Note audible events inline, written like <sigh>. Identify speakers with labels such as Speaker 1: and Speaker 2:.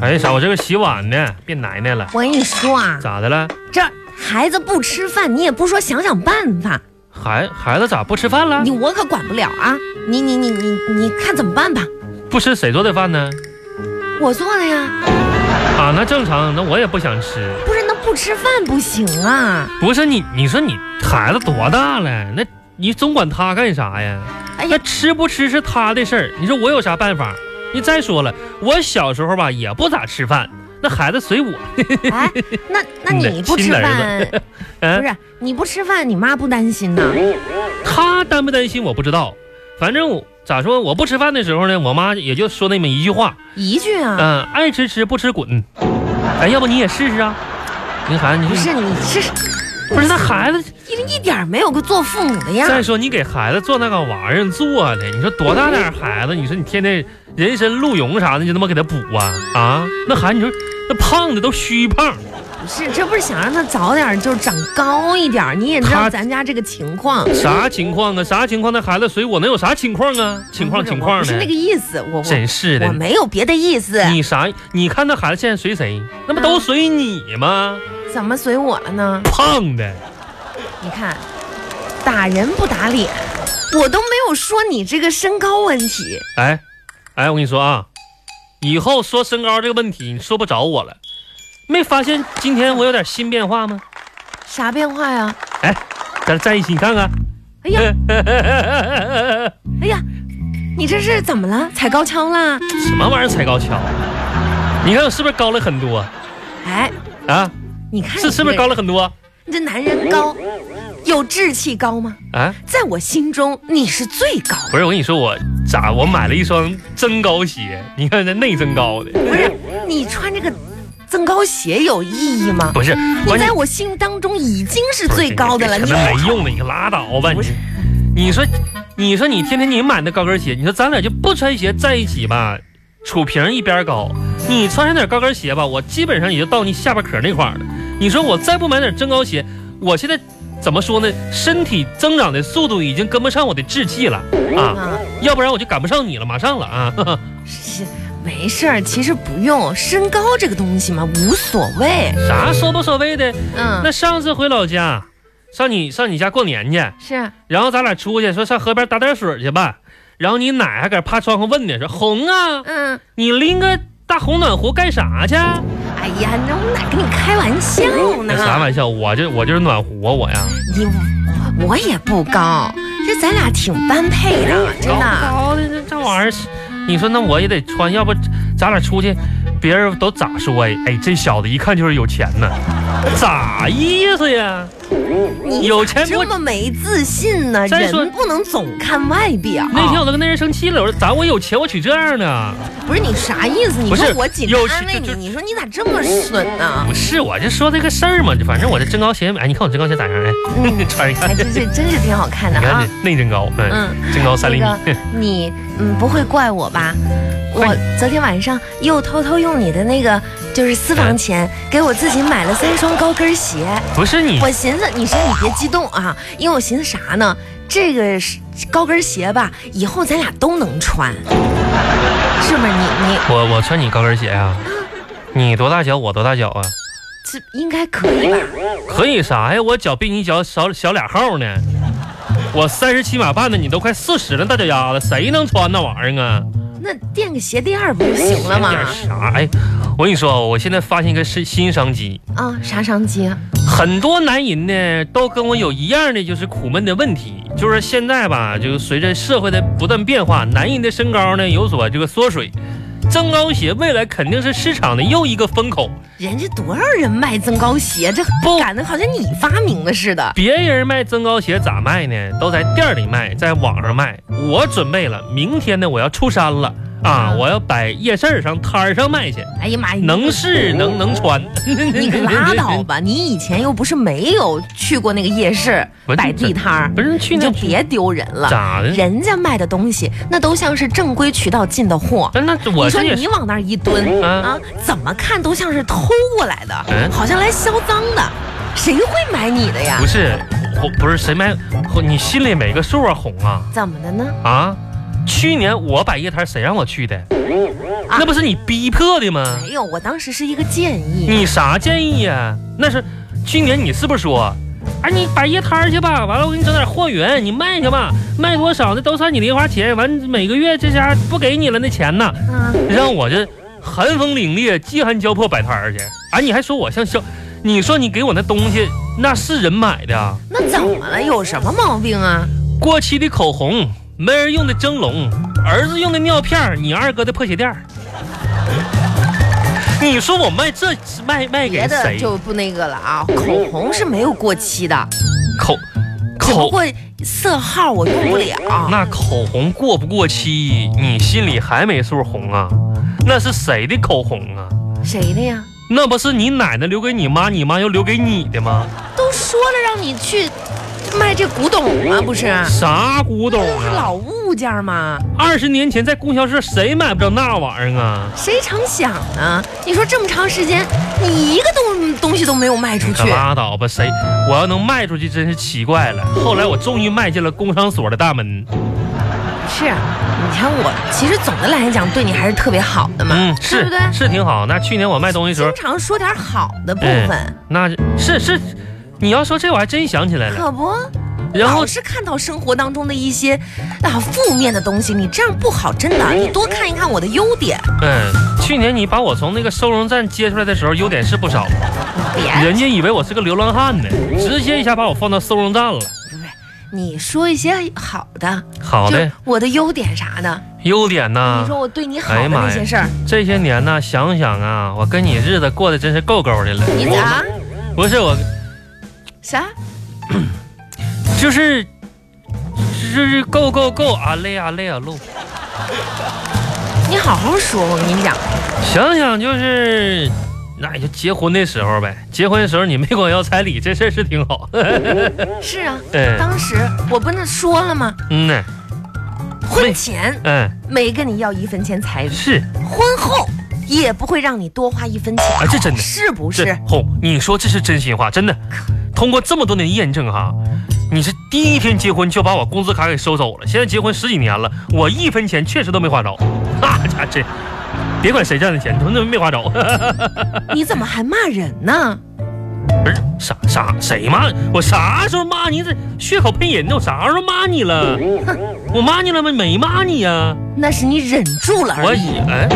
Speaker 1: 哎，嫂，我这个洗碗呢，别奶奶了，
Speaker 2: 我跟你说啊，
Speaker 1: 咋的了？
Speaker 2: 这孩子不吃饭，你也不说想想办法，
Speaker 1: 孩孩子咋不吃饭了
Speaker 2: 你？我可管不了啊！你你你你你看怎么办吧？
Speaker 1: 不吃谁做的饭呢？
Speaker 2: 我做的呀，
Speaker 1: 啊，那正常，那我也不想吃。
Speaker 2: 不是那不吃饭不行啊！
Speaker 1: 不是你，你说你孩子多大了？那你总管他干啥呀？
Speaker 2: 哎呀
Speaker 1: 那吃不吃是他的事儿，你说我有啥办法？你再说了，我小时候吧也不咋吃饭，那孩子随我。
Speaker 2: 哎，
Speaker 1: <laughs>
Speaker 2: 那那你不吃饭，
Speaker 1: 嗯、
Speaker 2: 不是你不吃饭，你妈不担心呐？
Speaker 1: 他担不担心我不知道，反正我咋说，我不吃饭的时候呢，我妈也就说那么一句话，
Speaker 2: 一句
Speaker 1: 嗯、
Speaker 2: 啊，
Speaker 1: 爱吃吃不吃滚。哎，要不你也试试啊？你孩子，你
Speaker 2: 不是你是
Speaker 1: 不是那孩子？
Speaker 2: 一一点儿没有个做父母的样
Speaker 1: 再
Speaker 2: 儿。
Speaker 1: 说你给孩子做那个玩意儿做的，你说多大点儿孩子，你说你天天人参鹿茸啥的，你就他妈给他补啊啊！那孩子你说那胖的都虚胖，
Speaker 2: 不是，这不是想让他早点就长高一点儿？你也知道
Speaker 1: 他
Speaker 2: 咱家这个情况，
Speaker 1: 啥情况啊？啥情况？那孩子随我能有啥情况啊？情况
Speaker 2: 不是
Speaker 1: 情
Speaker 2: 我
Speaker 1: 况
Speaker 2: 不是
Speaker 1: 的
Speaker 2: 那个，意思，我
Speaker 1: 真
Speaker 2: 我
Speaker 1: 是的
Speaker 2: 我。没有别的嗯意思，
Speaker 1: 你啥？你看那孩子现在随谁？那不都随你吗？
Speaker 2: 怎么随我了呢？
Speaker 1: 胖的，
Speaker 2: 你看，打人不打脸，我都没有说你这个身高问题。
Speaker 1: 哎，哎，我跟你说啊，以后说身高这个问题，你说不着我了。没发现今天我有点新变化吗？
Speaker 2: 啥变化呀？
Speaker 1: 哎，咱在一起你看看。
Speaker 2: 哎呀，哎呀，你这是怎么了？踩高跷啦？
Speaker 1: <laughs> 什么玩意儿踩高跷？啊你看我是不是高了很多
Speaker 2: 哎，
Speaker 1: 啊？
Speaker 2: 你看
Speaker 1: 是
Speaker 2: 你
Speaker 1: 是不是
Speaker 2: 这
Speaker 1: 高？了很多？啊
Speaker 2: 你这男人高，有志气高吗？
Speaker 1: 啊，
Speaker 2: 在我心中，你是最高的。
Speaker 1: 不是，我跟你说，我咋我买了一双增高鞋？你看那内增高的，
Speaker 2: 不是，你穿这个增高鞋有意义吗？
Speaker 1: 不是，
Speaker 2: 你
Speaker 1: 关键
Speaker 2: 在我心当中已经是最高的了。
Speaker 1: 可
Speaker 2: 你
Speaker 1: 能没用了，你可拉倒吧
Speaker 2: 不
Speaker 1: 你
Speaker 2: 是。
Speaker 1: 你说，你说你天天你买那高跟鞋，你说咱俩就不穿鞋在一起吧，楚平一边高，你穿上点高跟鞋吧，我基本上也就到你下巴壳那块儿了。你说我再不买点增高鞋，我现在怎么说呢？身体增长的速度已经跟不上我的志气了啊，
Speaker 2: 啊，
Speaker 1: 要不然我就赶不上你了，马上了
Speaker 2: <laughs>
Speaker 1: 啊。呵呵
Speaker 2: 是没事儿，其实不用。身高这个东西嘛，无所谓。
Speaker 1: 啥说不所谓的？
Speaker 2: 嗯，
Speaker 1: 那上次回老家，上你上你家过年去。
Speaker 2: 是
Speaker 1: 然后咱俩出去说上河边打点水去吧。然后你奶还搁趴窗户问呢，说红啊，
Speaker 2: 嗯。
Speaker 1: 你拎个大红暖壶干啥去？
Speaker 2: 哎呀，那我哪跟你开玩笑呢
Speaker 1: 哎那？啥玩笑，我就我就是暖壶啊，我呀，
Speaker 2: 你我也不高，这咱俩挺般配的，真的。
Speaker 1: 高的这这玩意儿，你说那我也得穿，要不咱俩出去，别人都咋说呀？哎，这小子一看就是有钱呢，咋意思呀？
Speaker 2: 你
Speaker 1: 有
Speaker 2: 咋
Speaker 1: 钱不
Speaker 2: 这么没自信呢？
Speaker 1: 哎再说
Speaker 2: 人不能总看外表。
Speaker 1: 那天我都跟那人生气了，我说咋我有钱我娶这样的？啊
Speaker 2: 不是你啥意思？你
Speaker 1: 不是
Speaker 2: 说我紧
Speaker 1: 有
Speaker 2: 张
Speaker 1: 时
Speaker 2: 安
Speaker 1: 就
Speaker 2: 慰你，
Speaker 1: 就
Speaker 2: 你说你咋这么损呢？
Speaker 1: 不是，我就说这个事儿嘛，反正我这增高鞋，哎，你看我增高鞋咋样？哎， <laughs> 穿一看
Speaker 2: 哎，，这这真是挺好看的
Speaker 1: 你
Speaker 2: 啊
Speaker 1: 看。这内增高，嗯，
Speaker 2: 嗯，
Speaker 1: 增高三厘米。
Speaker 2: 那个你嗯不会怪我吧？我昨天晚上又偷偷用你的那个就是私房钱，给我自己买了三双高跟鞋。
Speaker 1: <laughs> 不是你
Speaker 2: <laughs> 我寻思，你说你别激动啊，因为我寻思啥呢？这个是高跟鞋吧，以后咱俩都能穿，是不是？你你
Speaker 1: 我我穿你高跟鞋啊？你多大脚，我多大脚啊？
Speaker 2: 这应该可以吧？
Speaker 1: 可以啥呀？我脚比你脚小小俩号呢。我三十七码半呢，你都快四十了，大脚丫子，谁能穿那玩意儿啊？
Speaker 2: 那垫个鞋垫儿不就行了吗
Speaker 1: 点？啥？哎，我跟你说，我现在发现一个新新商机，
Speaker 2: 啊，啥商机啊？
Speaker 1: 很多男人呢都跟我有一样的就是苦闷的问题，就是现在吧，就是随着社会的不断变化，男人的身高呢有所这个缩水，增高鞋未来肯定是市场的又一个风口。
Speaker 2: 人家多少人卖增高鞋，这
Speaker 1: 不
Speaker 2: 感觉好像你发明的似的。
Speaker 1: 别人卖增高鞋咋卖呢？都在店里卖，在网上卖。我准备了，明天呢我要出山了啊！我要摆夜市上摊儿上卖 <laughs> 去，
Speaker 2: 哎呀妈呀！
Speaker 1: 能试能能穿。
Speaker 2: 你可拉倒！吧！你以前又不是没有去过那个夜市
Speaker 1: 不是
Speaker 2: 摆地摊儿，
Speaker 1: <laughs> 不是去
Speaker 2: 你
Speaker 1: 那
Speaker 2: 就别丢人了。
Speaker 1: 咋的？
Speaker 2: 人家卖的东西，那都像是正规渠道进的货。
Speaker 1: 那那我
Speaker 2: 你说
Speaker 1: 这也
Speaker 2: 你
Speaker 1: 是
Speaker 2: 往那儿一蹲
Speaker 1: 啊
Speaker 2: 啊，怎么看都像是偷过来的，
Speaker 1: 嗯
Speaker 2: 好像来销赃的，谁会买你的呀
Speaker 1: 不？是我不是谁买？你心里没个数啊，红啊
Speaker 2: 怎么的呢？
Speaker 1: 啊！去年我摆夜摊，谁让我去的？
Speaker 2: 啊
Speaker 1: 那不是你逼迫的吗？
Speaker 2: 没哎有，我当时是一个建议。
Speaker 1: 你啥建议呀？那是去年你是不是说，哎，你摆夜摊儿去吧，完了我给你整点货源，你卖去吧，卖多少那都算你零花钱，完每个月这家不给你了那钱呢，
Speaker 2: 嗯，
Speaker 1: 让我这寒风凛冽、饥寒交迫摆摊儿去。哎，你还说我像消，你说你给我那东西那是人买的啊，
Speaker 2: 那怎么了？有什么毛病啊？
Speaker 1: 过期的口红，没人用的蒸笼，儿子用的尿片儿，你二哥的破鞋垫儿。你说我卖这卖卖给
Speaker 2: 别的
Speaker 1: 谁？
Speaker 2: 就不那个了啊。口红是没有过期的，
Speaker 1: 口
Speaker 2: 只不
Speaker 1: 口
Speaker 2: 过色号我用不了。
Speaker 1: 那口红过不过期，你心里还没数红啊？那是谁的口红啊？
Speaker 2: 谁的呀？
Speaker 1: 那不是你奶奶留给你妈，你妈又留给你的吗？
Speaker 2: 都说了让你去卖这古董吗？不是，
Speaker 1: 啥古董
Speaker 2: 都是
Speaker 1: 啊？
Speaker 2: 老物件吗？
Speaker 1: 二十年前在供销社谁买不着那玩意儿啊？
Speaker 2: 谁成想呢？你说这么长时间，你一个东东西都没有卖出去
Speaker 1: 可，拉倒吧，谁？我要能卖出去，真是奇怪了。后来我终于迈进了工商所的大门。
Speaker 2: 是啊。你看我，其实总的来讲对你还是特别好的嘛，
Speaker 1: 嗯，
Speaker 2: 对
Speaker 1: 是
Speaker 2: 不对？
Speaker 1: 是挺好。那去年我卖东西的时候
Speaker 2: 经，常说点好的部
Speaker 1: 嗯
Speaker 2: 分，
Speaker 1: 那是是，你要说这我还真想起来了。
Speaker 2: 可不。
Speaker 1: 然后
Speaker 2: 老是看到生活当中的一些啊负面的东西，你这样不好，真的。你多看一看我的优点，
Speaker 1: 嗯，去年你把我从那个收容站接出来的时候，优点是不少，
Speaker 2: 别
Speaker 1: 人家以为我是个流浪汉呢，直接一下把我放到收容站了。
Speaker 2: 你说一些好的，
Speaker 1: 好
Speaker 2: 就
Speaker 1: 的，
Speaker 2: 我的优点啥的，
Speaker 1: 优点
Speaker 2: 你
Speaker 1: 呢？
Speaker 2: 说我对你好
Speaker 1: 哎
Speaker 2: 的
Speaker 1: 呀妈
Speaker 2: 那
Speaker 1: 呀
Speaker 2: 些事儿，
Speaker 1: 这些年呢，想想啊，我跟你日子过得真是够够的了。
Speaker 2: 你啊
Speaker 1: 不是我，
Speaker 2: 啥？
Speaker 1: 就是就是够够够啊累啊累啊路。
Speaker 2: 你好好说，我跟你讲，
Speaker 1: 想想就是，那也就结婚的时候呗。结婚的时候你没管要彩礼，这事儿是挺好。
Speaker 2: 是啊，
Speaker 1: 嗯
Speaker 2: 当时我不是说了吗？
Speaker 1: 嗯呢，
Speaker 2: 婚前
Speaker 1: 嗯
Speaker 2: 没跟你要一分钱彩礼，
Speaker 1: 是
Speaker 2: 婚后也不会让你多花一
Speaker 1: <laughs>
Speaker 2: 分钱，
Speaker 1: 啊，这真的。
Speaker 2: 是不
Speaker 1: 这
Speaker 2: 是？
Speaker 1: 哄，你说这是真心话，真的。通过这么多年的验证哈，你是第一天结婚就把我工资卡给收走了，现在结婚十几年了，我一分钱确实都没花着。 <laughs> 那家这，别管谁赚的钱，他们都没花着。
Speaker 2: 你怎么还骂人呢？
Speaker 1: 不是啥啥谁骂我啥时候骂你？这血口喷人呢？我啥时候骂你了？我骂你了吗？没骂你呀、
Speaker 2: 那是你忍住了
Speaker 1: 我
Speaker 2: 而已。
Speaker 1: 以哎，